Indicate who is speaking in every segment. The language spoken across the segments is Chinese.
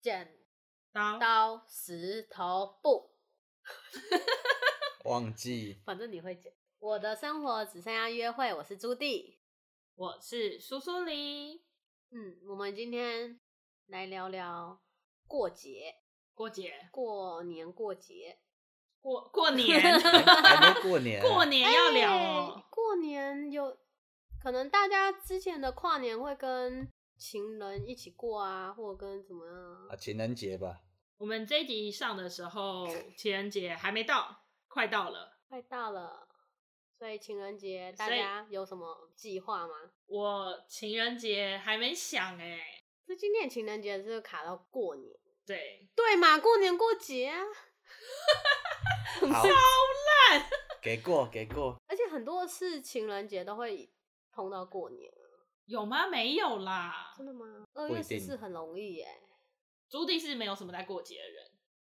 Speaker 1: 剪
Speaker 2: 刀
Speaker 1: 刀石头布，
Speaker 3: 忘 记
Speaker 1: 反正你会剪。我的生活只剩下约会，我是朱棣。
Speaker 2: 我是苏苏黎，
Speaker 1: 嗯，我们今天来聊聊过节，
Speaker 2: 过节
Speaker 1: 过年过节，
Speaker 2: 过过年，
Speaker 3: 还还没过年，啊
Speaker 2: 过年要聊
Speaker 1: 哎
Speaker 2: 哦。
Speaker 1: 过年有可能大家之前的跨年会跟情人一起过啊，或者跟怎么样啊
Speaker 3: 啊，情人节吧，
Speaker 2: 我们这一集上的时候，情人节还没到，快到了。
Speaker 1: 快到了，所以情人节大
Speaker 2: 所以
Speaker 1: 家有什么计划吗？
Speaker 2: 我情人节还没想哎、
Speaker 1: 是今年情人节是卡到过年，
Speaker 2: 对，
Speaker 1: 对嘛？过年过节啊，
Speaker 3: 好，给过给过，
Speaker 1: 而且很多事情人节都会碰到过年啊，
Speaker 2: 有吗？没有啦。
Speaker 1: 真的吗？二
Speaker 3: 不
Speaker 1: 月
Speaker 3: 一
Speaker 1: 十
Speaker 3: 定
Speaker 1: 四很容易耶、
Speaker 2: 朱棣是没有什么在过节的人，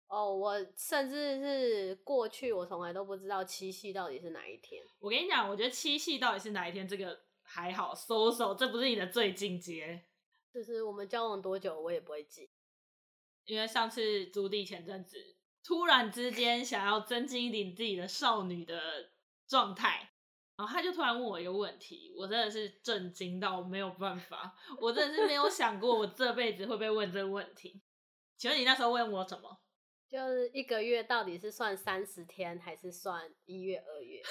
Speaker 1: 哦，我甚至是过去我从来都不知道七夕到底是哪一天。
Speaker 2: 我跟你讲，我觉得七夕到底是哪一天，这个还好，搜搜，这不是你的最近节。
Speaker 1: 就是我们交往多久，我也不会记。
Speaker 2: 因为上次朱棣前阵子突然之间想要增进一点自己的少女的状态，然后他就突然问我一个问题，我真的是震惊到没有办法，我真的是没有想过我这辈子会被问这个问题。请问你那时候问我什么？
Speaker 1: 就是一个月到底是算三十天，还是算一月、二月？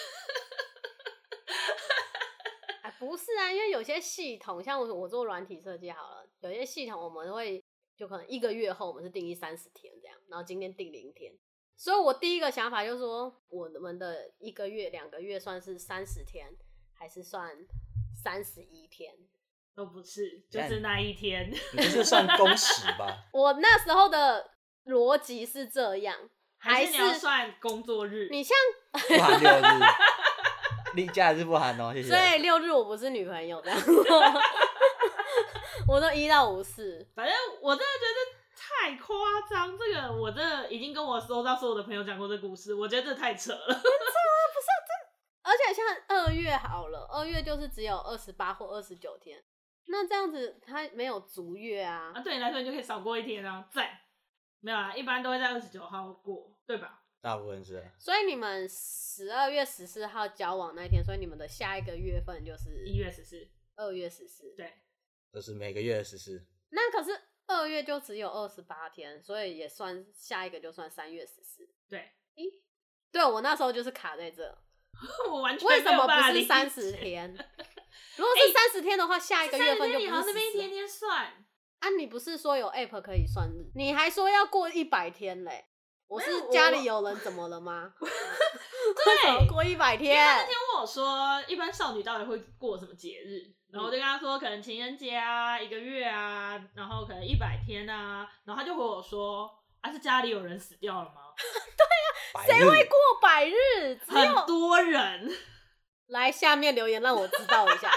Speaker 1: 哎，不是啊，因为有些系统，像我我做软体设计好了，有些系统我们会就可能一个月后我们是定义三十天这样，然后今天定零天，所以我第一个想法就是说，我们的一个月、两个月算是三十天，还是算三十一天？
Speaker 2: 都不是，就是那一天。
Speaker 3: 你这是算工时吧？
Speaker 1: 我那时候的逻辑是这样，还
Speaker 2: 是你要算工作日？
Speaker 1: 你像
Speaker 3: 不含六日，例假日不含哦，谢谢
Speaker 1: 所。以六日我不是女朋友这样， 我都一到五四，
Speaker 2: 反正我真的觉得太夸张，这个我真的已经跟我收到所有的朋友讲过这故事，我觉得这太扯了。
Speaker 1: 而且像二月好了，二月就是只有二十八或二十九天，那这样子它没有足月啊
Speaker 2: 啊，，对你来说你就可以少过一天啊，赞。没有啦，一般都会在二十九号过，对吧？
Speaker 3: 大部分是啊
Speaker 1: 所以你们十二月十四号交往那一天，所以你们的下一个月份就是
Speaker 2: 一月十四，
Speaker 1: 二月十四，
Speaker 2: 对，
Speaker 3: 就是每个月的十四，
Speaker 1: 那可是二月就只有二十八天，所以也算下一个就算三月十四，
Speaker 2: 对，
Speaker 1: 咦，对我那时候就是卡在这，
Speaker 2: 我完全
Speaker 1: 为什
Speaker 2: 没有
Speaker 1: 么
Speaker 2: 办法
Speaker 1: 不
Speaker 2: 理
Speaker 1: 是
Speaker 2: 解
Speaker 1: 三十？天？ 如果是三十天的话，下一个月份就
Speaker 2: 30天你
Speaker 1: 不
Speaker 2: 好
Speaker 1: 是
Speaker 2: 像那边一
Speaker 1: 十
Speaker 2: 天天算，
Speaker 1: 啊，你不是说有 app 可以算日？你还说要过一百天嘞？我
Speaker 2: 没
Speaker 1: 是
Speaker 2: 有
Speaker 1: 家
Speaker 2: 我
Speaker 1: 里有人怎么了 吗？ 为什么
Speaker 2: 对。
Speaker 1: 过一百
Speaker 2: 因为他那
Speaker 1: 天
Speaker 2: 天？问我说，一般少女到底会过什么节日？然后我就跟他说，可能情人节啊，一个月啊，然后可能一百天啊。然后他就回我说，啊，是家里有人死掉了吗？
Speaker 3: 白
Speaker 1: 谁
Speaker 3: 日
Speaker 1: 会过百日？只
Speaker 2: 很
Speaker 1: 有
Speaker 2: 多人，
Speaker 1: 来下面留言让我知道一下，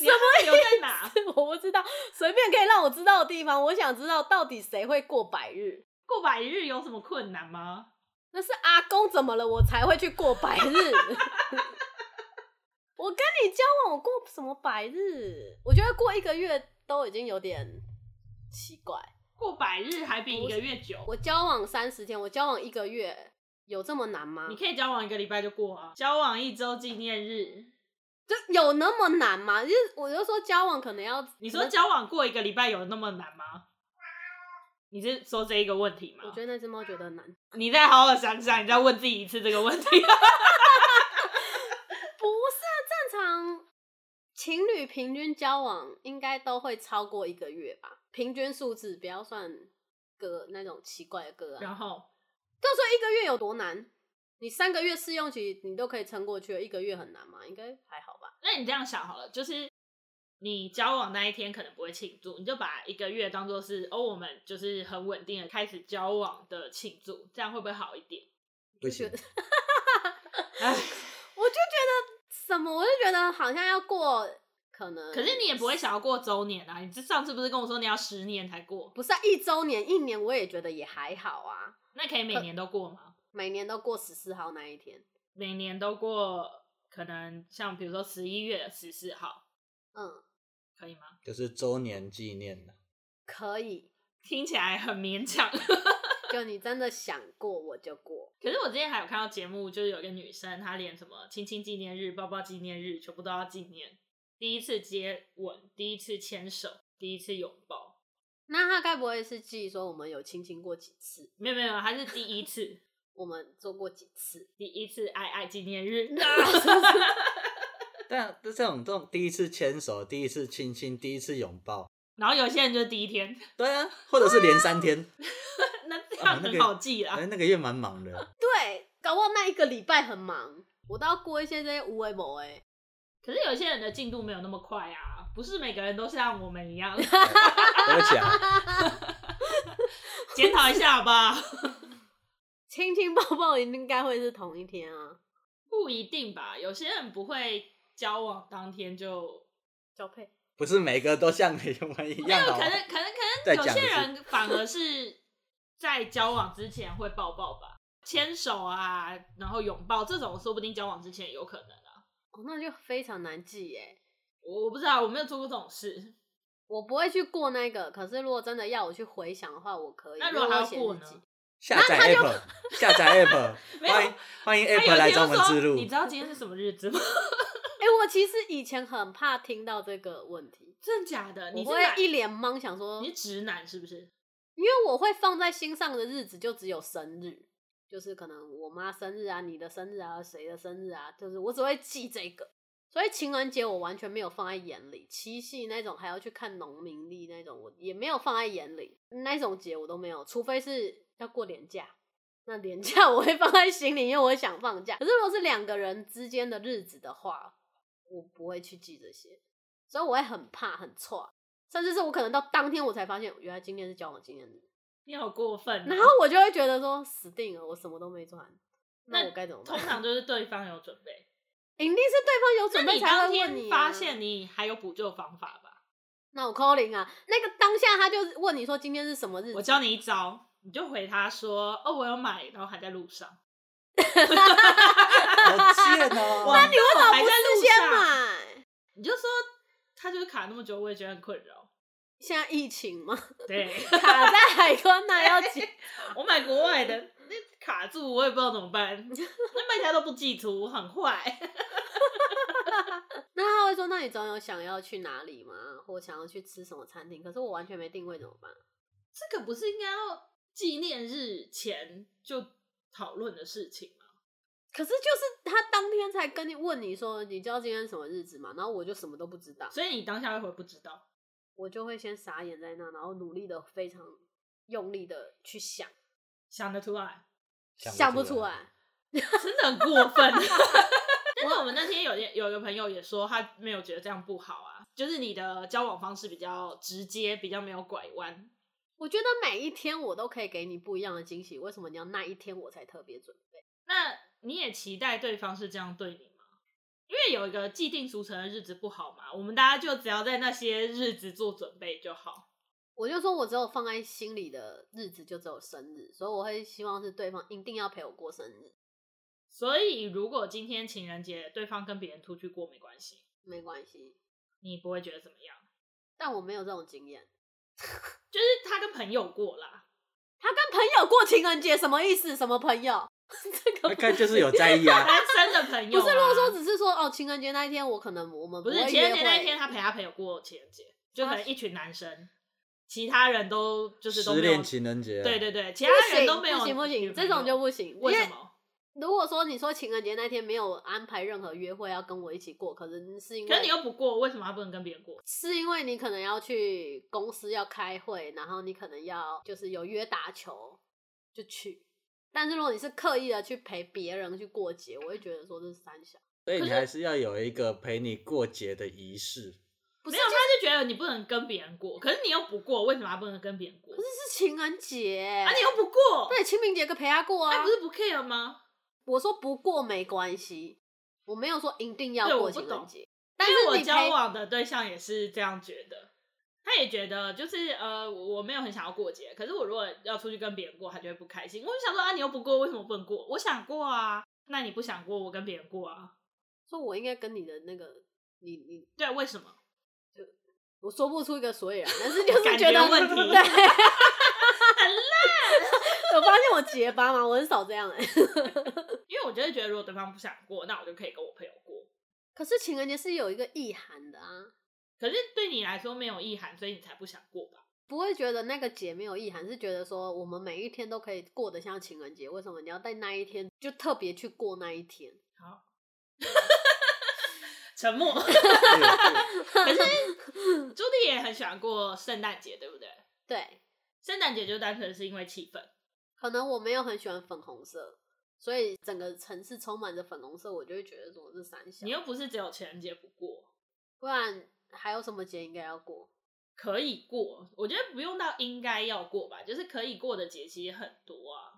Speaker 2: 你要留在哪？
Speaker 1: 我不知道，随便可以让我知道的地方，我想知道到底谁会过百日。
Speaker 2: 过百日有什么困难吗？
Speaker 1: 那是阿公怎么了，我才会去过百日。 我跟你交往，我过什么百日？我觉得过一个月都已经有点奇怪。
Speaker 2: 过百日还比一个月久。
Speaker 1: 我交往三十天，我交往一个月，有这么难吗
Speaker 2: 你？可以交往一个礼拜就过啊，交往一周纪念日。
Speaker 1: 就有那么难吗？就是我就说交往可能要
Speaker 2: 你说，交往过一个礼拜有那么难吗？你是说这一个问题吗？
Speaker 1: 我觉得那只猫觉得难，
Speaker 2: 你再好好想想，你再问自己一次这个问题。
Speaker 1: 不 是啊，正常情侣平均交往应该都会超过一个月吧？平均数字不要算个那种奇怪的个案。
Speaker 2: 然后
Speaker 1: 到时候一个月有多难？你三个月试用期你都可以撑过去了，一个月很难吗？应该还好吧。
Speaker 2: 那你这样想好了，就是你交往那一天可能不会庆祝，你就把一个月当做是哦，我们就是很稳定的开始交往的庆祝，这样会不会好一点？
Speaker 3: 不行，
Speaker 2: 唉，
Speaker 1: 我就觉得 什么，我就觉得好像要过，可能
Speaker 2: 可是你也不会想要过周年啊，你这上次不是跟我说你要十年才过？
Speaker 1: 不是、啊、一周年、一年，我也觉得也还好啊。
Speaker 2: 那可以每年都过吗？
Speaker 1: 每年都过十四号那一天，
Speaker 2: 每年都过，可能像比如说十一月十四号，
Speaker 1: 嗯，
Speaker 2: 可以吗？
Speaker 3: 就是周年纪念的，啊
Speaker 1: 可以。
Speaker 2: 听起来很勉强。
Speaker 1: 就你真的想过我就过，
Speaker 2: 可是我之前还有看到节目，就是有一个女生，她连什么亲亲纪念日、抱抱纪念日，全部都要纪念。第一次接吻，第一次牵手，第一次拥抱，
Speaker 1: 那他该不会是记说我们有亲亲过几次，
Speaker 2: 没有没有，她是第一次，
Speaker 1: 我们做过几次？
Speaker 2: 第一次爱爱纪念日。 啊
Speaker 3: 但这种这种第一次牵手、第一次亲亲、第一次拥抱，
Speaker 2: 然后有些人就是第一天，
Speaker 3: 对啊，或者是连三天，
Speaker 2: 那这样很好记啦。
Speaker 3: 哎、那个月蛮忙的。
Speaker 1: 对，搞不好那一个礼拜很忙，我都要过一些这些无为某哎，
Speaker 2: 可是有些人的进度没有那么快啊，不是每个人都像我们一样。
Speaker 3: 对不起啊，
Speaker 2: 检讨一下吧，
Speaker 1: 亲亲抱抱应该会是同一天啊，
Speaker 2: 不一定吧？有些人不会交往当天就，
Speaker 1: 交配。
Speaker 3: 不是每个都像我们一
Speaker 2: 没有
Speaker 3: 样哦
Speaker 2: 可
Speaker 3: 好吗
Speaker 2: 能，可能可
Speaker 3: 再
Speaker 2: 能有
Speaker 3: 讲一
Speaker 2: 些
Speaker 3: 次
Speaker 2: 人反而是在交往之前会抱抱吧，牵手啊，然后拥抱这种，说不定交往之前有可能啊。
Speaker 1: 哦，那就非常难记耶。
Speaker 2: 我我不知道，我没有做过这种事。
Speaker 1: 我不会去过那个，可是如果真的要我去回想的话，我可以。
Speaker 2: 那如果他
Speaker 1: 我
Speaker 2: 要
Speaker 1: 写
Speaker 2: 过
Speaker 1: 日
Speaker 2: 呢
Speaker 1: 记？
Speaker 3: 下载 app，下载 app，
Speaker 2: 没有
Speaker 3: 欢迎欢迎
Speaker 2: 他
Speaker 3: app
Speaker 2: 有
Speaker 3: 来
Speaker 2: 一天
Speaker 3: 找
Speaker 2: 就
Speaker 3: 我们
Speaker 2: 说
Speaker 3: 之：“路
Speaker 2: 你。知道今天是什么日子吗？
Speaker 1: 哎、我其实以前很怕听到这个问题，
Speaker 2: 真的假呃的？你
Speaker 1: 我
Speaker 2: 是
Speaker 1: 会
Speaker 2: 哪
Speaker 1: 一脸懵，想说
Speaker 2: 你，是直男是不是？
Speaker 1: 因为我会放在心上的日子就只有生日，就是可能我妈生日啊、你的生日啊、谁的生日啊，就是我只会记这个。所以情人节我完全没有放在眼里，七夕那种还要去看农民历那种，我也没有放在眼里，那种节我都没有，除非是要过年假。那年假 我会放在心里，因为我想放假。可是如果是两个人之间的日子的话，我不会去记这些，所以我会很怕、很错，甚至是我可能到当天我才发现，原来今天是交往纪念日，
Speaker 2: 你好过分、啊。
Speaker 1: 然后我就会觉得说死定了，我什么都没穿，那
Speaker 2: 那
Speaker 1: 我该怎么办
Speaker 2: 通？常就是对方有准备，
Speaker 1: 一定是对方有
Speaker 2: 那
Speaker 1: 准备
Speaker 2: 你
Speaker 1: 才
Speaker 2: 当
Speaker 1: 会问
Speaker 2: 天
Speaker 1: 啊
Speaker 2: 发现你还有补救方法吧？
Speaker 1: 那我 calling 啊，那个当下他就问你说今天是什么日
Speaker 2: 我
Speaker 1: 子，
Speaker 2: 教你一招，你就回他说：“哦，我有买，然后还在路上。
Speaker 3: 好贱 哦、
Speaker 2: 哇
Speaker 1: 你为什么
Speaker 2: 还
Speaker 1: 不
Speaker 2: 在
Speaker 1: 事
Speaker 2: 路
Speaker 1: 先
Speaker 2: 上
Speaker 1: 买？”
Speaker 2: 你就说他就是卡那么久，我也觉得很困 扰。
Speaker 1: 现在疫情嘛，
Speaker 2: 对
Speaker 1: 卡在海关那要紧，
Speaker 2: 我买国外的，那卡住我也不知道怎么 办，那卖家都不寄出，我很坏。
Speaker 1: 那他会说，那你总有想要去哪里吗？或想要去吃什么餐厅？可是我完全没定位怎么办？
Speaker 2: 这个不是应该要纪念日前就讨论的事情吗？
Speaker 1: 可是就是他当天才跟你问你说，你知道今天什么日子吗？然后我就什么都不知道，
Speaker 2: 所以你当下会回不知道，
Speaker 1: 我就会先傻眼在那，然后努力的非常用力的去想，
Speaker 2: 想得出来，
Speaker 1: 想不出。来。
Speaker 2: 真的很过分。但是我们那天有些有一个朋友也说，他没有觉得这样不好啊，就是你的交往方式比较直接，比较没有拐弯。
Speaker 1: 我觉得每一天我都可以给你不一样的惊喜，为什么你要那一天我才特别准备？
Speaker 2: 那你也期待对方是这样对你吗？因为有一个既定俗成的日子不好嘛，我们大家就只要在那些日子做准备就好。
Speaker 1: 我就说我只有放在心里的日子就只有生日，所以我会希望是对方一定要陪我过生日，
Speaker 2: 所以，如果今天情人节对方跟别人出去过没关系，
Speaker 1: 没关系。
Speaker 2: 你不会觉得怎么样，
Speaker 1: 但我没有这种经验。
Speaker 2: 就是他跟朋友过啦，
Speaker 1: 他跟朋友过情人节什么意思？什么朋友？ 这个
Speaker 3: 那
Speaker 1: 不
Speaker 3: 看就是有在意啊，
Speaker 2: 单身的朋友、
Speaker 1: 不
Speaker 2: 啊。
Speaker 1: 是，如果说只是说哦，情人节那一天我可能我们
Speaker 2: 不是
Speaker 1: 会
Speaker 2: 情人节
Speaker 1: 约
Speaker 2: 那
Speaker 1: 会啊
Speaker 2: 一天，他陪他朋友过情人节，就可能一群男生，其他人都就是都
Speaker 3: 失
Speaker 2: 没有
Speaker 3: 恋。情人节、啊
Speaker 2: 对，对对，其他
Speaker 1: 不
Speaker 2: 人
Speaker 1: 行
Speaker 2: 都没有
Speaker 1: 不行不
Speaker 2: 女
Speaker 1: 行，
Speaker 2: 朋
Speaker 1: 这
Speaker 2: 友
Speaker 1: 种就不行。
Speaker 2: 为
Speaker 1: 因
Speaker 2: 什么？
Speaker 1: 如果说你说情人节那天没有安排任何约会要跟我一起过，可能是因
Speaker 2: 可是你
Speaker 1: 为
Speaker 2: 又不过，为什么他不能跟别人过？
Speaker 1: 是因为你可能要去公司要开会，然后你可能要就是有约打球就去。但是如果你是刻意的去陪别人去过节，我会觉得说这是三小，
Speaker 3: 所以
Speaker 2: 可
Speaker 3: 你
Speaker 2: 是
Speaker 3: 还是要有一个陪你过节的 仪式。
Speaker 1: 不
Speaker 2: 没
Speaker 1: 是
Speaker 2: 有，
Speaker 1: 就
Speaker 2: 他
Speaker 1: 是
Speaker 2: 就觉得你不能跟别人过，可是你又不过，为什么他不能跟别人过？
Speaker 1: 这是情人节
Speaker 2: 啊，你又不过，
Speaker 1: 对清明节可陪他过
Speaker 2: 那
Speaker 1: 啊
Speaker 2: 不。是不 care 吗？
Speaker 1: 我说不过没关系，我没有说一定
Speaker 2: 对
Speaker 1: 要
Speaker 2: 我
Speaker 1: 过
Speaker 2: 不
Speaker 1: 情人
Speaker 2: 懂
Speaker 1: 节。但
Speaker 2: 因为
Speaker 1: 是
Speaker 2: 我
Speaker 1: 你
Speaker 2: 交
Speaker 1: 陪
Speaker 2: 往的对象也是这样觉得，他也觉得就是呃，我我没有很想要过节，可是我如果要出去跟别人过，他就会不开心。我就想说啊，你又不过，为什么不能过？我想过啊，那你不想过，我跟别人过啊，
Speaker 1: 说我应该跟你的那个，你你，
Speaker 2: 对，啊为什么？
Speaker 1: 我说不出一个所以然，但是就是
Speaker 2: 感
Speaker 1: 觉
Speaker 2: 觉
Speaker 1: 得
Speaker 2: 问题
Speaker 1: 对， 结巴吗？我很少这样哎、
Speaker 2: 因为我就会觉得，如果对方不想过，那我就可以跟我朋友过。
Speaker 1: 可是情人节是有一个意涵的啊，
Speaker 2: 可是对你来说没有意涵，所以你才不想过吧？
Speaker 1: 不会觉得那个节没有意涵，是觉得说我们每一天都可以过得像情人节，为什么你要在那一天就特别去过那一天？
Speaker 2: 沉默。
Speaker 3: 对
Speaker 2: 可是朱棣也很喜欢过圣诞节，对不对？
Speaker 1: 对，
Speaker 2: 圣诞节就单纯是因为气氛。
Speaker 1: 可能我没有很喜欢粉红色，所以整个城市充满着粉红色，我就会觉得说这三小
Speaker 2: 你，又不是只有情人节不过，
Speaker 1: 不然还有什么节应该要过？
Speaker 2: 可以过。我觉得不用到应该要过吧，就是可以过的节其实很多啊。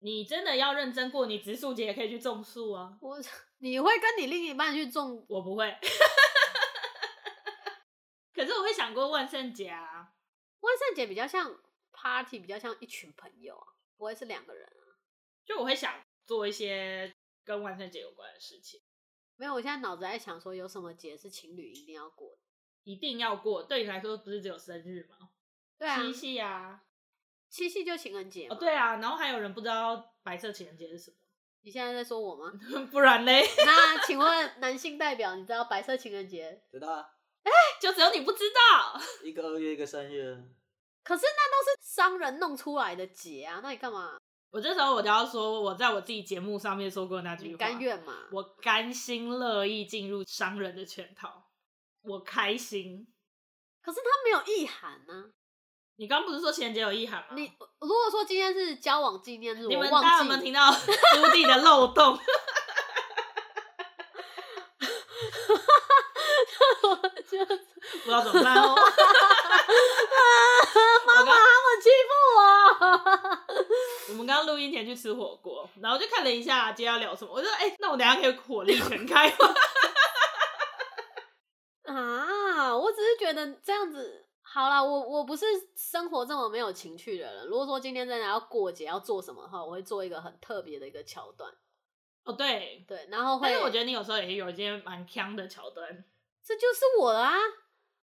Speaker 2: 你真的要认真过，你植树节也可以去种树啊。
Speaker 1: 我 你会跟你另一半去种
Speaker 2: 我不会， 可是我会想过万圣节啊。
Speaker 1: 万圣节比较像 party，比较像一群朋友啊，不会是两个人啊。
Speaker 2: 就我会想做一些跟万圣节有关的事情，
Speaker 1: 没有，我现在脑子在想说有什么节是情侣一定要过的？
Speaker 2: 一定要过。对你来说，不是只有生日吗？
Speaker 1: 对啊，
Speaker 2: 七夕啊，
Speaker 1: 七夕就情人节、
Speaker 2: 哦对，啊，然后还有人不知道白色情人节是什
Speaker 1: 你现在在说 我吗？
Speaker 2: 么，不然嘞，
Speaker 1: 那请问男性代表，你知道白色情人节？
Speaker 3: 知道啊，
Speaker 2: 就只有你不知道。
Speaker 3: 一个二月，一个三月，
Speaker 1: 可是那都是商人弄出来的节啊，那你干嘛？
Speaker 2: 我这时候我就要说，我在我自己节目上面说过那句
Speaker 1: 你
Speaker 2: 话，
Speaker 1: 甘愿嘛？
Speaker 2: 我甘心乐意进入商人的圈套，我开心。
Speaker 1: 可是它没有意涵呢、
Speaker 2: 你刚不是说情人节有意涵吗？
Speaker 1: 你如果说今天是交往纪念日，
Speaker 2: 啊你们
Speaker 1: 我
Speaker 2: 大家
Speaker 1: 忘
Speaker 2: 有没有
Speaker 1: 记
Speaker 2: 听 到朱棣的漏洞？
Speaker 1: 我觉得
Speaker 2: 不知道怎么办 哦。妈妈，
Speaker 1: 他们欺负我。
Speaker 2: 我们刚录音前去吃火锅，然后就看了一下今天要聊什么，我就说，哎、那我等一下可以火力全开吗？
Speaker 1: 啊，我只是觉得这样子好啦，我我不是生活这么没有情趣的人。如果说今天真的要过节要做什么的话，我会做一个很特别的一个桥段，
Speaker 2: 哦，对，
Speaker 1: 对，然 后会，
Speaker 2: 但是我觉得你有时候也有一些蛮强的桥段，
Speaker 1: 这就是我啦、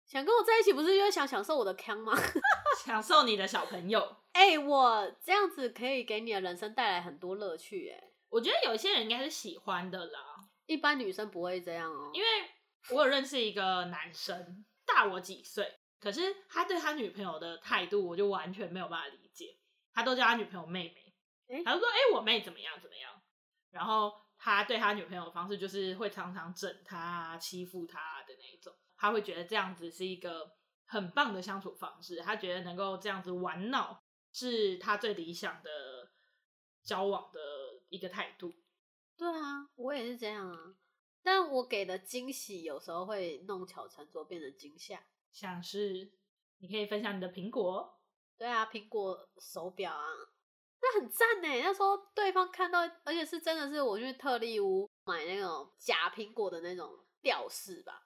Speaker 1: 想跟我在一起，不是就是想享受我的康吗？
Speaker 2: 享受你的小朋友。
Speaker 1: 哎、我这样子可以给你的人生带来很多乐趣、哎，
Speaker 2: 我觉得有一些人应该是喜欢的啦，
Speaker 1: 一般女生不会这样哦、
Speaker 2: 因为我有认识一个男生，大我几岁，可是他对他女朋友的态度，我就完全没有办法理解。他都叫他女朋友妹妹，
Speaker 1: 诶
Speaker 2: 他就说：“哎、我妹怎么样怎么样。”然后他对他女朋友的方式就是会常常整她啊、欺负她啊的那一种。他会觉得这样子是一个很棒的相处方式，他觉得能够这样子玩闹是他最理想的交往的一个态度。
Speaker 1: 对啊，我也是这样啊。但我给的惊喜有时候会弄巧成拙，变成惊吓。
Speaker 2: 像是你可以分享你的苹果。哦
Speaker 1: 对啊，苹果手表啊，那很赞呢。那时候对方看到，而且是真的是我去特利屋买那种假苹果的那种吊饰吧，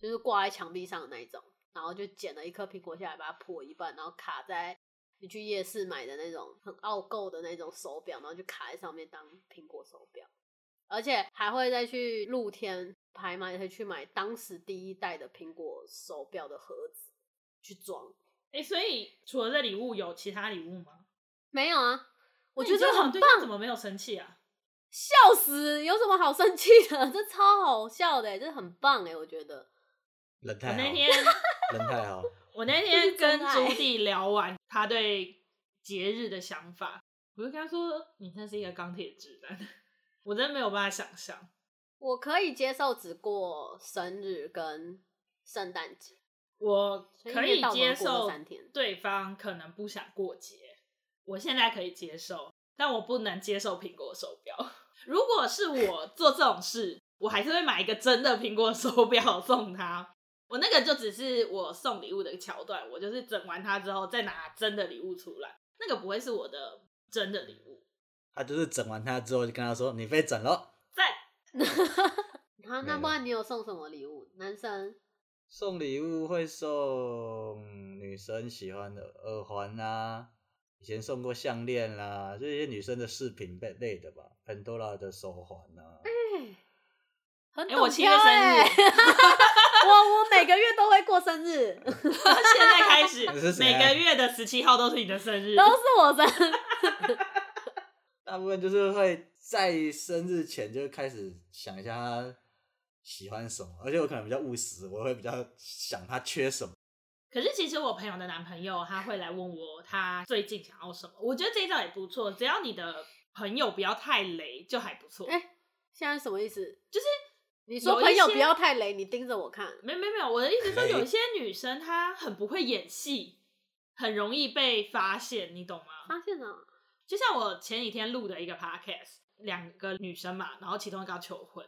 Speaker 1: 就是挂在墙壁上的那一种，然后就捡了一颗苹果下来，把它破一半，然后卡在你去夜市买的那种很傲购的那种手表，然后就卡在上面当苹果手表，而且还会再去露天拍卖，会去买当时第一代的苹果手表的盒子去装。
Speaker 2: 哎、所以除了这礼物，有其他礼物吗？
Speaker 1: 没有啊，我觉得这
Speaker 2: 那你交往
Speaker 1: 很
Speaker 2: 对
Speaker 1: 棒，
Speaker 2: 象怎么没有生气啊？
Speaker 1: 笑死！有什么好生气的？ 这超好笑的，这很棒哎，我觉得。
Speaker 3: 人
Speaker 2: 我
Speaker 3: 太
Speaker 2: 那
Speaker 3: 好，
Speaker 2: 天，
Speaker 3: 人太好，
Speaker 2: 我那
Speaker 1: 这
Speaker 2: 天
Speaker 1: 是
Speaker 2: 跟
Speaker 1: 真
Speaker 2: 朱
Speaker 1: 爱
Speaker 2: 棣聊完他对节日的想法，我就跟他说：“你真是一个钢铁直男， 我真没有办法想象。
Speaker 1: 我可以接受只过生日跟圣诞节，
Speaker 2: 我
Speaker 1: 所
Speaker 2: 可
Speaker 1: 一
Speaker 2: 以
Speaker 1: 年到晚
Speaker 2: 接
Speaker 1: 过这
Speaker 2: 受
Speaker 1: 三天。
Speaker 2: 对方可能不想过节，我现在可以接受，但我不能接受苹果手表。 如果是我做这种事，我还是会买一个真的苹果手表送他。我那个就只是我送礼物的桥段，我就是整完它之后再拿真的礼物出来，那个不会是我的真的礼物。
Speaker 3: 他就是整完他之后就跟他说：“你被整了。”
Speaker 2: 赞，
Speaker 1: 好，
Speaker 3: 没
Speaker 1: 那
Speaker 3: 了
Speaker 1: 不然你有送什么礼物？男生
Speaker 3: 送礼物会送女生喜欢的耳环啊，以前送过项链啦、这些女生的饰品类类的吧，Pandora 的手环啊，
Speaker 1: 哎很
Speaker 2: 哎我
Speaker 1: 懂
Speaker 2: 七月
Speaker 1: 挑
Speaker 2: 生
Speaker 1: 哎、
Speaker 2: 日
Speaker 1: 我我每个月都会过生 日，
Speaker 2: 现在开始
Speaker 3: 你是，谁
Speaker 2: 每
Speaker 3: 啊
Speaker 2: 个月的十七号都是你的生日，
Speaker 1: 都是我生。
Speaker 3: 大部分就是会在生日前就开始想一下他喜欢什么，而且我可能比较务实，我会比较想他缺什么。
Speaker 2: 可是其实我朋友的男朋友他会来问我他最近想要什么，我觉得这一招也不错，只要你的朋友不要太雷就还不错。
Speaker 1: 哎现在什么意思？
Speaker 2: 就是
Speaker 1: 你说
Speaker 2: 有一
Speaker 1: 朋友
Speaker 2: 些
Speaker 1: 不要太雷，你盯着我看。
Speaker 2: 没没没有，我的意思说
Speaker 3: 雷
Speaker 2: 有一些女生她很不会演戏，很容易被发现，你懂吗？
Speaker 1: 发现了，
Speaker 2: 就像我前几天录的一个 podcast，两个女生嘛，然后其中一个要求婚，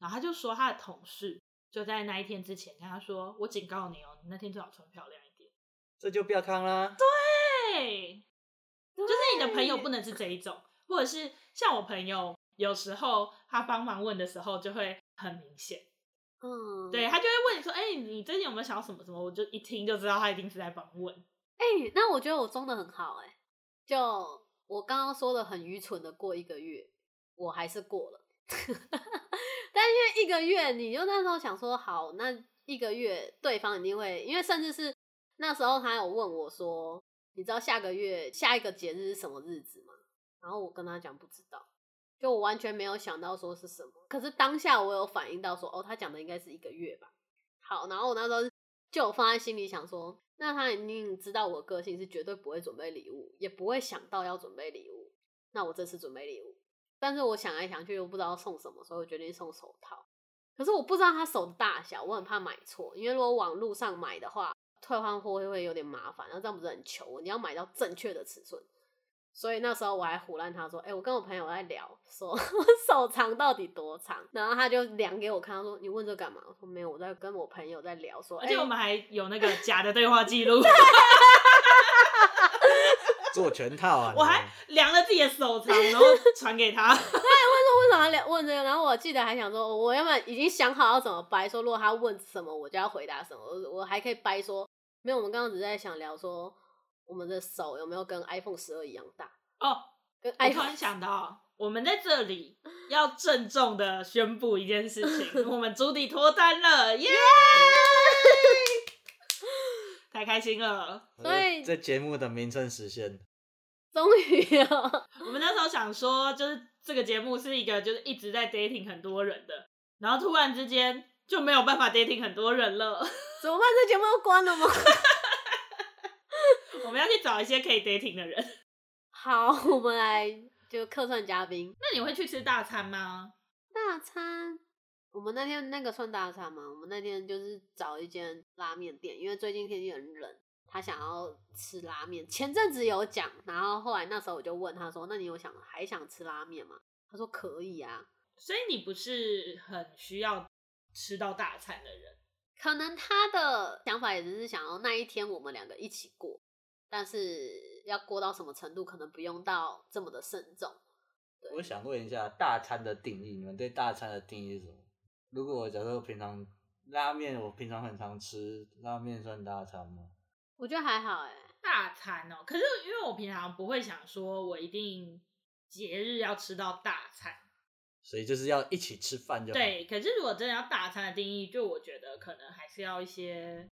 Speaker 2: 然后她就说她的同事就在那一天之前跟她说：“我警告你哦，你那天最好穿漂亮一点。”
Speaker 3: 这就不要看啦。
Speaker 2: 对，就是你的朋友不能是这一种，或者是像我朋友，有时候他帮忙问的时候就会很明显，
Speaker 1: 嗯，
Speaker 2: 对他就会问你说：“哎、你最近有没有想要什么什么？”我就一听就知道他一定是在帮问。
Speaker 1: 哎、那我觉得我装的很好哎、就我刚刚说的很愚蠢的过一个月，我还是过了。 但因为一个月，你就那时候想说好，那一个月对方一定会，因为甚至是那时候他有问我说，你知道下个月下一个节日是什么日子吗？然后我跟他讲不知道，就我完全没有想到说是什么。可是当下我有反应到说，哦，他讲的应该是一个月吧。好，然后我那时候就有放在心里，想说，那他一定知道我个性是绝对不会准备礼物，也不会想到要准备礼物。那我这次准备礼物，但是我想来想去又不知道送什么，所以我决定送手套。可是我不知道他手的大小，我很怕买错，因为如果网路上买的话，退换货会会有点麻烦，那这样不是很糗？你要买到正确的尺寸。所以那时候我还胡乱他说：“哎、我跟我朋友在聊，说 我手长到底多长。”然后他就量给我看，他说：“你问这干嘛？”我说：“没有，我在跟我朋友在聊，说，
Speaker 2: 而且
Speaker 1: 哎
Speaker 2: 我 们还有那个假的对话记录，
Speaker 3: 做全套啊！
Speaker 2: 我还量了自己的手长， 然后传给他。
Speaker 1: 为什么要问这个？然后我记得还想说，我原本已经想好要怎么掰，说如果他问什么，我就要回答什么，我我还可以掰说，没有，我们刚刚只是在想聊说，我们的手有没有跟 iPhone 十二一样大，
Speaker 2: 哦，
Speaker 1: 跟
Speaker 2: 我突
Speaker 1: iPhone
Speaker 2: 然想到，我们在这里要郑重的宣布一件事 情，我们朱迪脱单了，耶！太开心了！
Speaker 3: 这
Speaker 1: 所以
Speaker 3: 这节目的名称实现，
Speaker 1: 终于哦，
Speaker 2: 我们那时候想说，就是这个节目是一个就是一直在 dating 很多人的，然后突然之间就没有办法 dating 很多人了。
Speaker 1: 怎么办？这节目要关了吗？
Speaker 2: 我们要去找一些可以 dating 的人。
Speaker 1: 好，我们来就客串嘉宾
Speaker 2: 那你会去吃大餐吗？
Speaker 1: 大餐。我们那天那个算大餐吗？我们那天就是找一间拉面店，因为最近天气很冷，他想要吃拉面。前阵子有讲，然后后来那时候我就问他说：“那你有想还想吃拉面吗？”他说：“可以啊。
Speaker 2: 所以你不是很需要吃到大餐的人。”
Speaker 1: 可能他的想法也只是想要那一天我们两个一起过，但是要过到什么程度，可能不用到这么的慎重。
Speaker 3: 我想问一下大餐的定义，你们对大餐的定义是什么？如果我假设我平常拉面，我平常很常吃拉面，算大餐吗？
Speaker 1: 我觉得还好哎、
Speaker 2: 大餐哦，可是因为我平常不会想说我一定节日要吃到大餐，
Speaker 3: 所以就是要一起吃饭就好。
Speaker 2: 对。可是如果真的要大餐的定义，就我觉得可能还是要一些，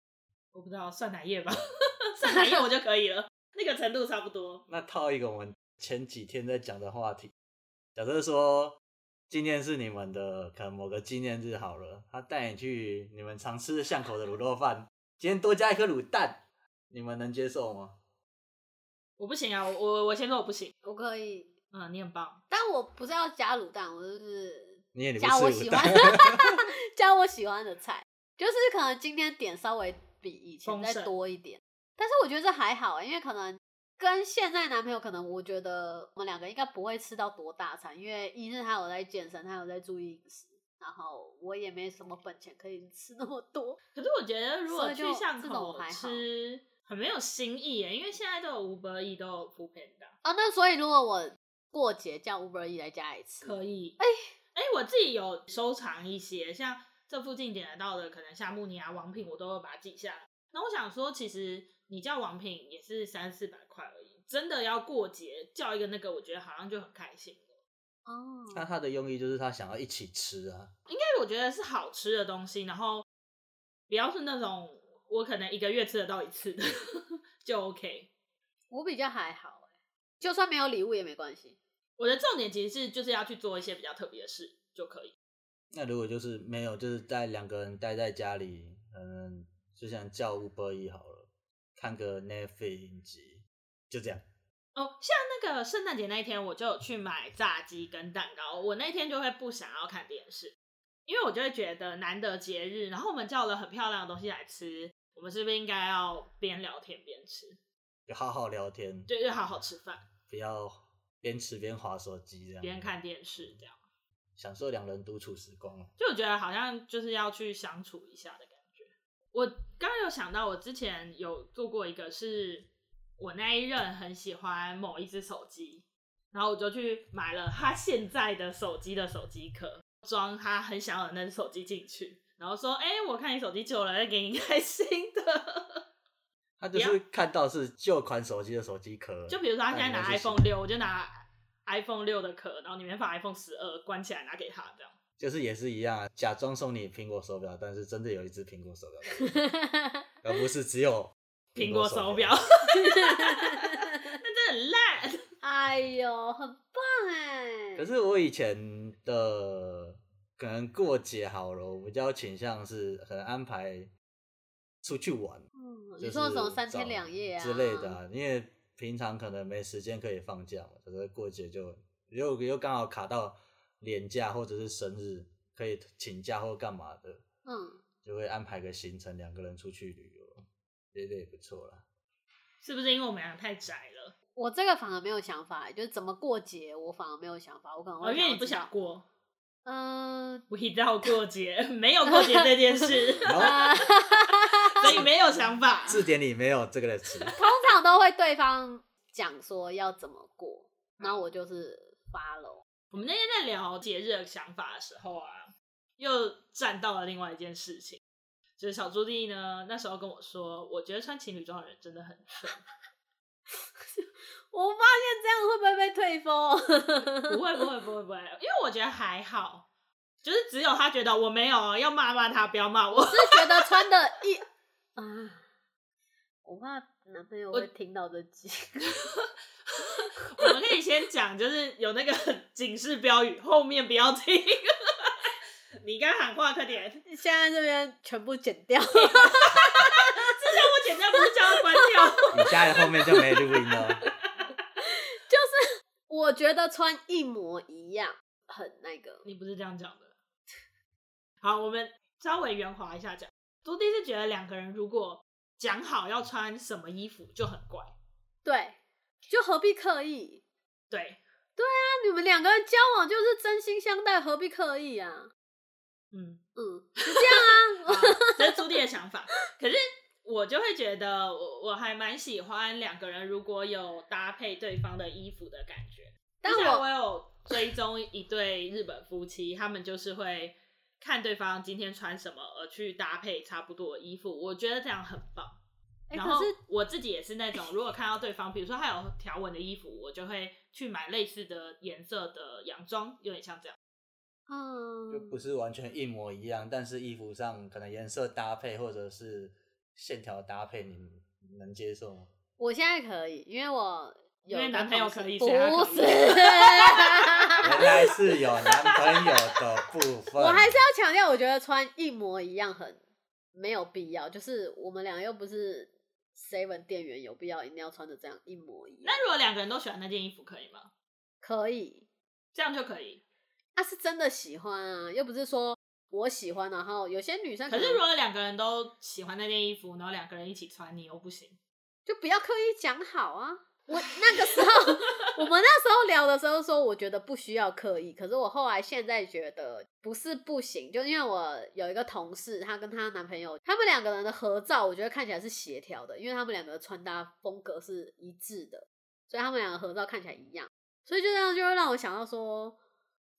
Speaker 2: 我不知道蒜奶液吧， 蒜奶液我就可以了，那个程度差不多。
Speaker 3: 那套一个我们前几天在讲的话题，假设说今天是你们的可能某个纪念日好了，他带你去你们常吃的巷口的卤肉饭，今天多加一颗卤蛋，你们能接受吗？
Speaker 2: 我不行啊，我我我先说我不行。
Speaker 1: 我可以，
Speaker 2: 嗯，你很棒，
Speaker 1: 但我不是要加卤蛋，我就是
Speaker 3: 你也不吃
Speaker 1: 加我喜
Speaker 3: 卤
Speaker 1: 欢
Speaker 3: 蛋，
Speaker 1: 的，加我喜欢的菜，就是可能今天点稍微比以前
Speaker 2: 丰
Speaker 1: 再
Speaker 2: 盛
Speaker 1: 多一点，但是我觉得这还好、欸，因为可能跟现在男朋友，可能我觉得我们两个应该不会吃到多大餐，因为一是他有在健身，他有在注意饮食，然后我也没什么本钱可以吃那么多，
Speaker 2: 可是我觉得如果
Speaker 1: 所以就
Speaker 2: 去巷
Speaker 1: 这种我
Speaker 2: 口
Speaker 1: 还好
Speaker 2: 吃，很没有新意耶，因为现在都有五百亿，都有福片的，
Speaker 1: 啊，那所以如果我过节叫 Uber E 来家里吃，
Speaker 2: 可以。哎、哎、我自己有收藏一些，像这附近点得到的，可能像慕尼啊、王品，我都会把它记下来。那我想说，其实你叫王品也是三四百块而已，真的要过节叫一个那个，我觉得好像就很开心了。
Speaker 1: 哦，
Speaker 3: 那他的用意就是他想要一起吃啊。
Speaker 2: 应该我觉得是好吃的东西，然后不要是那种我可能一个月吃得到一次的 就 OK。
Speaker 1: 我比较还好、欸，就算没有礼物也没关系。
Speaker 2: 我的重点其实是就是要去做一些比较特别的事就可以。
Speaker 3: 那如果就是没有，就是在两个人待在家里，嗯，就像叫 Uber E 好了，看个 Netflix 影集，就这样。
Speaker 2: 哦，像那个圣诞节那一天，我就有去买炸鸡跟蛋糕。我那天就会不想要看电视，因为我就会觉得难得节日，然后我们叫了很漂亮的东西来吃，我们是不是应该要边聊天边吃，
Speaker 3: 就好好聊天，
Speaker 2: 就就好好吃饭，
Speaker 3: 不要边吃边划手机这样，
Speaker 2: 边看电视这样。
Speaker 3: 享受两人独处时光啊了。
Speaker 2: 就我觉得好像就是要去相处一下的感觉。我刚刚有想到，我之前有做过一个是，我那一任很喜欢某一只手机，然后我就去买了他现在的手机的手机壳，装他很想要的那只手机进去，然后说：“哎、我看你手机旧了，再给你一台新的。
Speaker 3: 他就是看到是旧款手机的手机壳”，
Speaker 2: 哎就比如说他现在拿
Speaker 3: 但还是
Speaker 2: iPhone 六，我就拿 iPhone 六的壳，然后里面放 iPhone 十二，关起来拿给他这样。
Speaker 3: 就是也是一样啊，假装送你苹果手表，但是真的有一只苹果手表，而不是只有
Speaker 2: 苹果手
Speaker 3: 手
Speaker 2: 表，。 那真的很烂。
Speaker 1: 哎呦，很棒哎！
Speaker 3: 可是我以前的可能过节好了，我比较倾向是可能安排出去玩，
Speaker 1: 嗯，
Speaker 3: 就
Speaker 1: 你说
Speaker 3: 是
Speaker 1: 什么三
Speaker 3: 找
Speaker 1: 天两夜啊
Speaker 3: 之类的、？啊，因为平常可能没时间可以放假嘛，可是过节就又又刚好卡到年假或者是生日，可以请假或干嘛的，
Speaker 1: 嗯，
Speaker 3: 就会安排个行程，两个人出去旅游，觉得也不错啦。
Speaker 2: 是不是因为我们俩太宅了？
Speaker 1: 我这个反而没有想法，就是怎么过节，我反而没有想法，我可能会
Speaker 2: 哦，因为
Speaker 1: 要
Speaker 2: 你不
Speaker 1: 知道
Speaker 2: 想，过，
Speaker 1: 嗯，
Speaker 2: 我一到过节 没有过节这件 事，
Speaker 3: 然
Speaker 1: 呃
Speaker 3: 后
Speaker 2: 所以没有想法。
Speaker 3: 字典里没有这个的词，
Speaker 1: 通常都会对方讲说要怎么过，然后我就是 follow。
Speaker 2: 我们那天在聊节日的想法的时候啊，又站到了另外一件事情，就是小朱棣呢那时候跟我说，我觉得穿情侣装的人真的很蠢，
Speaker 1: 我发现这样会不会被退 封？
Speaker 2: 不会不会不会不会，因为我觉得还好，就是只有他觉得我没有哦要骂骂他，不要骂我
Speaker 1: 我。是觉得穿的一啊，我怕男朋友会听到这集。
Speaker 2: 我们可以先讲，就是有那个 警示标语，后面不要听。 你刚喊话，快点！
Speaker 1: 现在这边全部剪掉，
Speaker 2: 这像我剪掉，不是叫他关掉。
Speaker 3: 你家人后面就没录音哦了。
Speaker 1: 我觉得穿一模一样很那个。
Speaker 2: 你不是这样讲的。好，我们稍微圆滑一下讲。朱棣是觉得两个人如果讲好要穿什么衣服就很怪，
Speaker 1: 对，就何必刻意？
Speaker 2: 对，
Speaker 1: 那你们两个人交往就是真心相待，何必刻意啊？
Speaker 2: 嗯，
Speaker 1: 嗯，就这样
Speaker 2: 好
Speaker 1: 啊。
Speaker 2: 这是朱棣的想法。可是我就会觉得我，我还蛮喜欢两个人如果有搭配对方的衣服的感觉。
Speaker 1: 但
Speaker 2: 之前啊我
Speaker 1: 我
Speaker 2: 有追踪一对日本夫妻，他们就是会看对方今天穿什么而去搭配差不多的衣服，我觉得这样很棒。
Speaker 1: 哎、
Speaker 2: 然后
Speaker 1: 可是
Speaker 2: 我自己也是那种，如果看到对方，比如说他有条纹的衣服，我就会去买类似的颜色的洋装，有点像这样。
Speaker 3: 就
Speaker 1: 嗯
Speaker 3: 不，是完全一模一样，但是衣服上可能颜色搭配或者是线条搭配，你你能接受吗？
Speaker 1: 我现在可以，因为我有
Speaker 2: 因为男
Speaker 1: 跟
Speaker 2: 朋友
Speaker 1: 同事
Speaker 2: 可以
Speaker 1: 不
Speaker 2: 所以他可 以
Speaker 1: 是。
Speaker 3: 原来是有男朋友的部分，
Speaker 1: 我还是要强调，我觉得穿一模一样很没有必要，就是我们俩又不是 Seven 店员，有必要一定要穿的这样一模一样？
Speaker 2: 那如果两个人都喜欢那件衣服，可以吗？
Speaker 1: 可以，
Speaker 2: 这样就可以。
Speaker 1: 那、是真的喜欢啊，又不是说我喜欢，然后有些女生
Speaker 2: 可是
Speaker 1: 能
Speaker 2: 如果两个人都喜欢那件衣服，然后两个人一起穿，你又不行。
Speaker 1: 就不要刻意讲好啊。我那个时候，我们那时候聊的时候说，我觉得不需要刻意。可是我后来现在觉得不是不行，就因为我有一个同事，她跟她男朋友，他们两个人的合照，我觉得看起来是协调的，因为他们两个的穿搭风格是一致的，所以他们两个合照看起来一样。所以就这样就会让我想到说，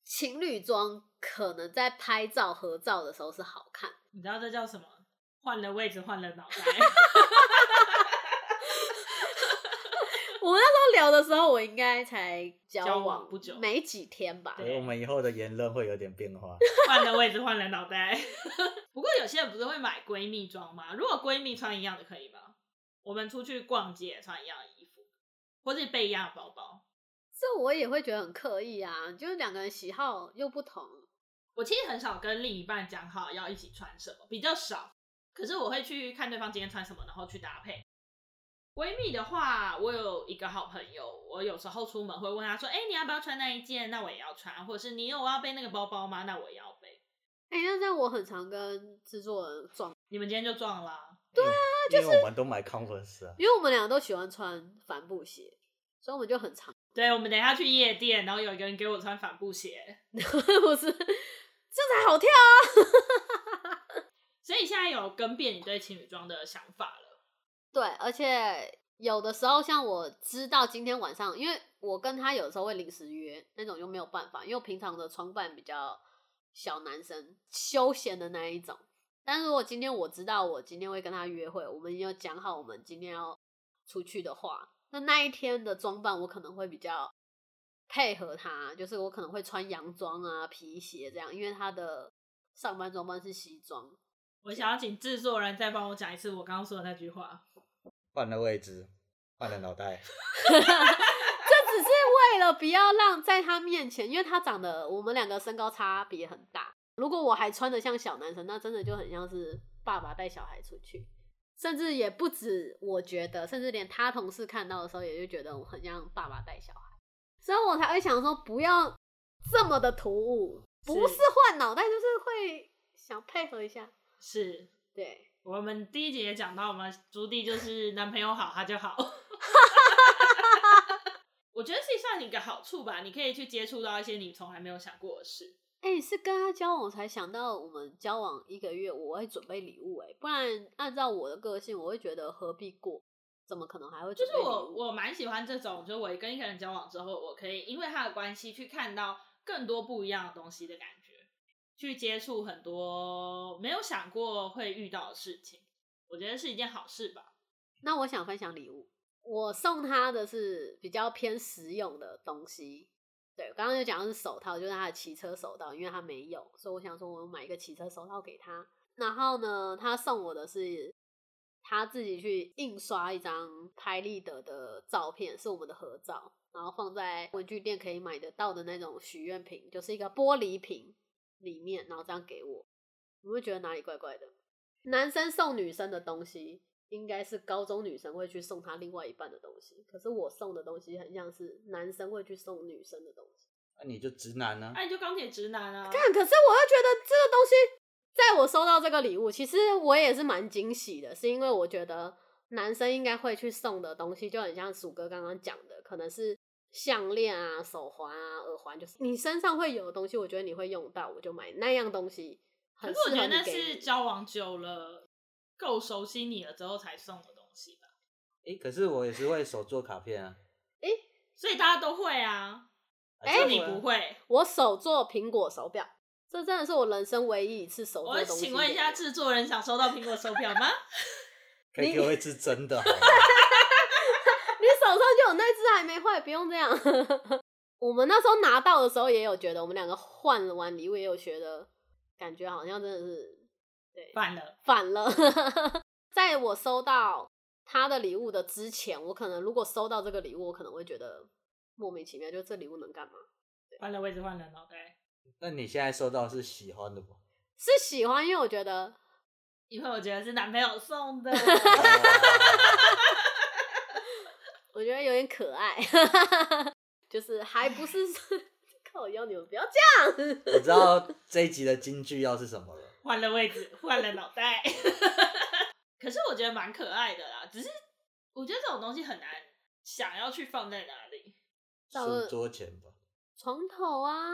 Speaker 1: 情侣装可能在拍照合照的时候是好看的，
Speaker 2: 你知道这叫什么？换了位置，换了脑袋。
Speaker 1: 我们那时候聊的时候，我应该才交
Speaker 2: 交
Speaker 1: 往
Speaker 2: 往不久
Speaker 1: 没几天吧。
Speaker 3: 所以我们以后的言论会有点变化。
Speaker 2: 换了位置，换了脑袋。 不过有些人不是会买闺蜜装吗？如果闺蜜穿一样的可以吗？我们出去逛街也穿一样的衣服，或是背一样的包包，
Speaker 1: 这我也会觉得很刻意啊，就是两个人喜好又不同，
Speaker 2: 我其实很少跟另一半讲好要一起穿什么，比较少。可是我会去看对方今天穿什么，然后去搭配。闺蜜的话，我有一个好朋友，我有时候出门会问她说：“哎、你要不要穿那一件？那我也要穿。”或者是“你有要背那个包包吗？那我也要背。
Speaker 1: 哎、那这样我很常跟制作人撞，”
Speaker 2: 你们今天就撞啦、
Speaker 3: 对啊，就是因为我们都买 Converse 啊，
Speaker 1: 因为我们俩都喜欢穿帆布鞋， 所以我们就很常，
Speaker 2: 对，我们等一下去夜店，然后有一个人给我穿帆布鞋，
Speaker 1: 不是，这才好跳啊！
Speaker 2: 所以现在有更变你对情侣装的想法了。
Speaker 1: 对，而且有的时候像我知道今天晚上，因为我跟他有时候会临时约，那种就没有办法，因为我平常的床伴比较小男生休闲的那一种。但如果今天我知道我今天会跟他约会，我们已经有讲好我们今天要出去的话，那那一天的装扮我可能会比较配合他，就是我可能会穿洋装啊、皮鞋这样，因为他的上班装扮是西装，
Speaker 2: 我想要请制作人再帮我讲一次我刚刚说的那句话。
Speaker 3: 换了位置，换了脑袋，啊
Speaker 1: 这只是为了不要让在他面前，因为他长得我们两个身高差别很大。如果我还穿的像小男生，那真的就很像是爸爸带小孩出去，甚至也不止。我觉得，甚至连他同事看到的时候，也就觉得我很像爸爸带小孩，所以我才会想说不要这么的突兀，不
Speaker 2: 是
Speaker 1: 是换脑袋，就是会想配合一下。
Speaker 2: 是
Speaker 1: 对，
Speaker 2: 我们第一集也讲到，我们朱棣就是男朋友好，他就好。 我觉得这算一个好处吧，你可以去接触到一些你从来没有想过的事。
Speaker 1: 哎、是跟他交往才想到，我们交往一个月我会准备礼物、哎，不然按照我的个性，我会觉得何必过？怎么可能还会
Speaker 2: 就
Speaker 1: 准
Speaker 2: 是
Speaker 1: 备礼物？
Speaker 2: 我我蛮喜欢这种，就是我跟一个人交往之后，我可以因为他的关系去看到更多不一样的东西的感觉，去接触很多没有想过会遇到的事情，我觉得是一件好事吧。
Speaker 1: 那我想分享礼物，我送他的是比较偏实用的东西。对，我刚刚就讲的是手套，就是他的骑车手套，因为他没有，所以我想说我买一个骑车手套给他。然后呢，他送我的是他自己去印刷一张拍立得的照片，是我们的合照，然后放在文具店可以买得到的那种许愿瓶，就是一个玻璃瓶里面，然后这样给我，你会觉得哪里怪怪的？男生送女生的东西，应该是高中女生会去送她另外一半的东西，可是我送的东西很像是男生会去送女生的东西。
Speaker 3: 那你就直男啊呢、
Speaker 2: 那、你就钢铁直男啊，
Speaker 1: 但可是我又觉得这个东西，在我收到这个礼物，其实我也是蛮惊喜的，是因为我觉得男生应该会去送的东西，就很像鼠哥刚刚讲的，可能是项链啊、手环啊、耳环，就是你身上会有的东西，我觉得你会用到，我就买那样东西。
Speaker 2: 可
Speaker 1: 很
Speaker 2: 是
Speaker 1: 适合
Speaker 2: 我觉得
Speaker 1: 你
Speaker 2: 那
Speaker 1: 给
Speaker 2: 是
Speaker 1: 你
Speaker 2: 交往久了，够熟悉你了之后才送的东西吧，
Speaker 3: 诶，可是我也是会手做卡片啊。
Speaker 2: 所以大家都会啊，
Speaker 3: 啊
Speaker 1: 诶
Speaker 2: 就
Speaker 3: 这
Speaker 2: 你
Speaker 3: 会啊
Speaker 2: 不会。
Speaker 1: 哎我手做苹果手表，这真的是我人生唯一一次手做
Speaker 2: 我
Speaker 1: 的东西。
Speaker 2: 请问一下，制作人想收到苹果手表吗？
Speaker 3: 可以
Speaker 1: 你
Speaker 3: 给我一支真的好 吗，
Speaker 1: 你手上就有那只还没坏，不用这样。我们那时候拿到的时候也有觉得，我们两个换了完礼物也有觉得，感觉好像真的是
Speaker 2: 反了，
Speaker 1: 反了。 在我收到他的礼物的之前，我可能如果收到这个礼物，我可能会觉得莫名其妙，就这礼物能干嘛？
Speaker 2: 换了位置，换了脑袋。
Speaker 3: 那你现在收到是喜欢的吗？
Speaker 1: 是喜欢，因为我觉得
Speaker 2: 因为我觉得是男朋友送的，
Speaker 1: 我觉得有点可爱， 就是还不是靠腰，你们不要这样。
Speaker 3: 我知道这一集的金句要是什么了。
Speaker 2: 换了位置，换了脑袋。 可是我觉得蛮可爱的啦，只是我觉得这种东西很难想要去放在哪里。
Speaker 1: 到了
Speaker 3: 书桌前吧，
Speaker 1: 床头啊，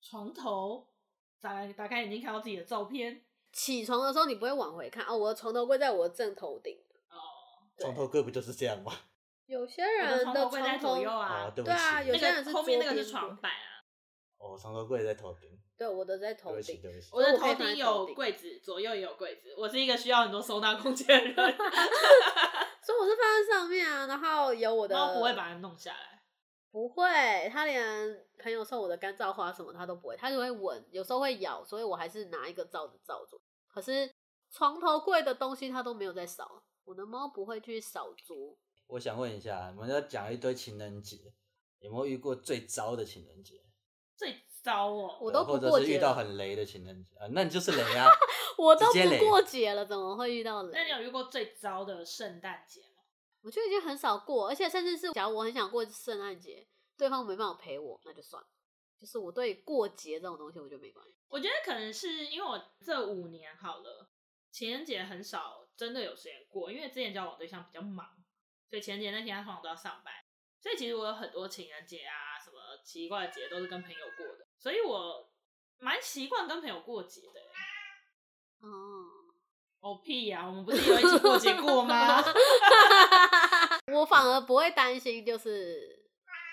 Speaker 2: 床头，打打开眼睛看到自己的照片，
Speaker 1: 起床的时候你不会往回看哦。我的床头柜在我的正头顶，对
Speaker 3: 床头柜不就是这样吗？
Speaker 1: 有些
Speaker 2: 我
Speaker 1: 人
Speaker 2: 的床头
Speaker 1: 头
Speaker 2: 柜在左右
Speaker 3: 啊，
Speaker 2: 啊，
Speaker 3: 对不
Speaker 1: 对啊有
Speaker 3: 起，
Speaker 1: 些
Speaker 2: 那
Speaker 1: 人
Speaker 2: 个
Speaker 1: 是
Speaker 2: 后面
Speaker 1: 桌
Speaker 2: 那个是
Speaker 1: 边
Speaker 2: 床
Speaker 1: 的
Speaker 2: 板啊，
Speaker 3: 哦，床头柜在头顶，
Speaker 1: 对我的在头
Speaker 3: 对不起，
Speaker 1: 顶，
Speaker 3: 对不起。
Speaker 2: 我的
Speaker 1: 我可
Speaker 2: 头
Speaker 1: 以放在
Speaker 2: 顶
Speaker 1: 头
Speaker 2: 有
Speaker 1: 顶
Speaker 2: 柜子，左右也有柜子，我是一个需要很多收纳空间的 人，
Speaker 1: 所以我是放在上面啊。然后有我的，
Speaker 2: 猫不会把它弄下来。
Speaker 1: 不会，他连朋友送我的干燥花什么他都不会，他就会闻，有时候会咬，所以我还是拿一个罩子罩住。可是床头柜的东西他都没有在扫，我的猫不会去扫桌。
Speaker 3: 我想问一下，我们要讲一堆情人节，有没有遇过最糟的情人节？
Speaker 2: 最糟哦，
Speaker 1: 我都不
Speaker 3: 或者
Speaker 1: 过
Speaker 3: 是
Speaker 1: 节
Speaker 3: 遇到
Speaker 1: 了
Speaker 3: 很雷的情人节啊，那你就是雷 啊！
Speaker 1: 我都
Speaker 3: 直接
Speaker 1: 不
Speaker 3: 雷
Speaker 1: 过节了，怎么会遇到
Speaker 2: 那你
Speaker 1: 雷？
Speaker 2: 有遇过最糟的圣诞节吗？
Speaker 1: 我就已经很少过，而且甚至是假如我很想过圣诞节，对方没办法陪我，那就算了。就是我对过节这种东西，我就没关系。
Speaker 2: 我觉得可能是因为我这五年好了，情人节很少真的有时间过，因为之前交往对象比较忙，所以情人节那天他通常都要上班，所以其实我有很多情人节啊，什么奇怪的节都是跟朋友过的，所以我蛮习惯跟朋友过节的欸、
Speaker 1: 哦，
Speaker 2: 哦屁呀、我们不是有一起过节过吗？
Speaker 1: 我反而不会担心，就是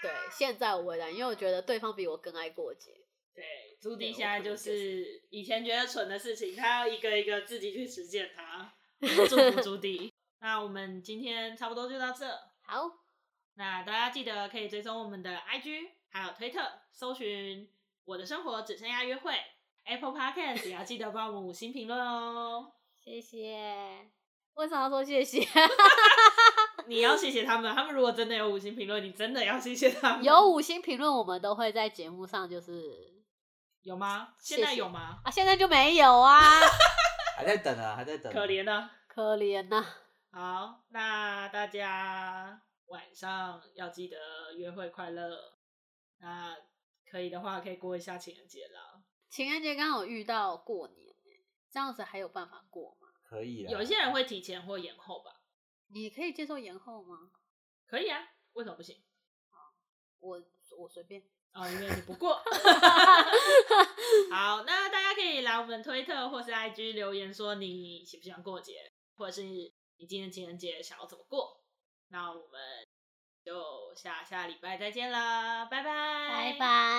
Speaker 1: 对现在我不会担心，因为我觉得对方比我更爱过节。
Speaker 2: 对，朱迪现在就是以前觉得蠢的事情，他要一个一个自己去实践 它。祝福朱迪。那我们今天差不多就到这。
Speaker 1: 好，
Speaker 2: 那大家记得可以追踪我们的 IG，还有推特，搜寻“我的生活只剩下约会 ”Apple Podcast，也要记得帮我们五星评论哦。
Speaker 1: 谢谢。为什么要说谢 谢？
Speaker 2: 你要谢谢他们，他们如果真的有五星评论，你真的要谢谢他们。
Speaker 1: 有五星评论，我们都会在节目上，就是
Speaker 2: 有吗？
Speaker 1: 谢
Speaker 2: 现
Speaker 1: 谢
Speaker 2: 在有吗？
Speaker 1: 啊，现在就没有啊，
Speaker 3: 还在等啊，还在等、
Speaker 2: 可怜。呢。
Speaker 1: 可怜呐、
Speaker 2: 好，那大家晚上要记得约会快乐。那可以的话，可以过一下情人节啦。
Speaker 1: 情人节刚好遇到过年欸，这样子还有办法过吗？
Speaker 3: 可以啊。
Speaker 2: 有一些人会提前或延后吧，
Speaker 1: 你可以接受延后吗？
Speaker 2: 可以啊，为什么不行？
Speaker 1: 我我随便。
Speaker 2: 哦，因为你不过。 好，那大家可以来我们推特或是 IG 留言说你喜不喜欢过节，或者是你今天情人节想要怎么过。那我们就下下礼拜再见啦，拜拜，
Speaker 1: 拜拜。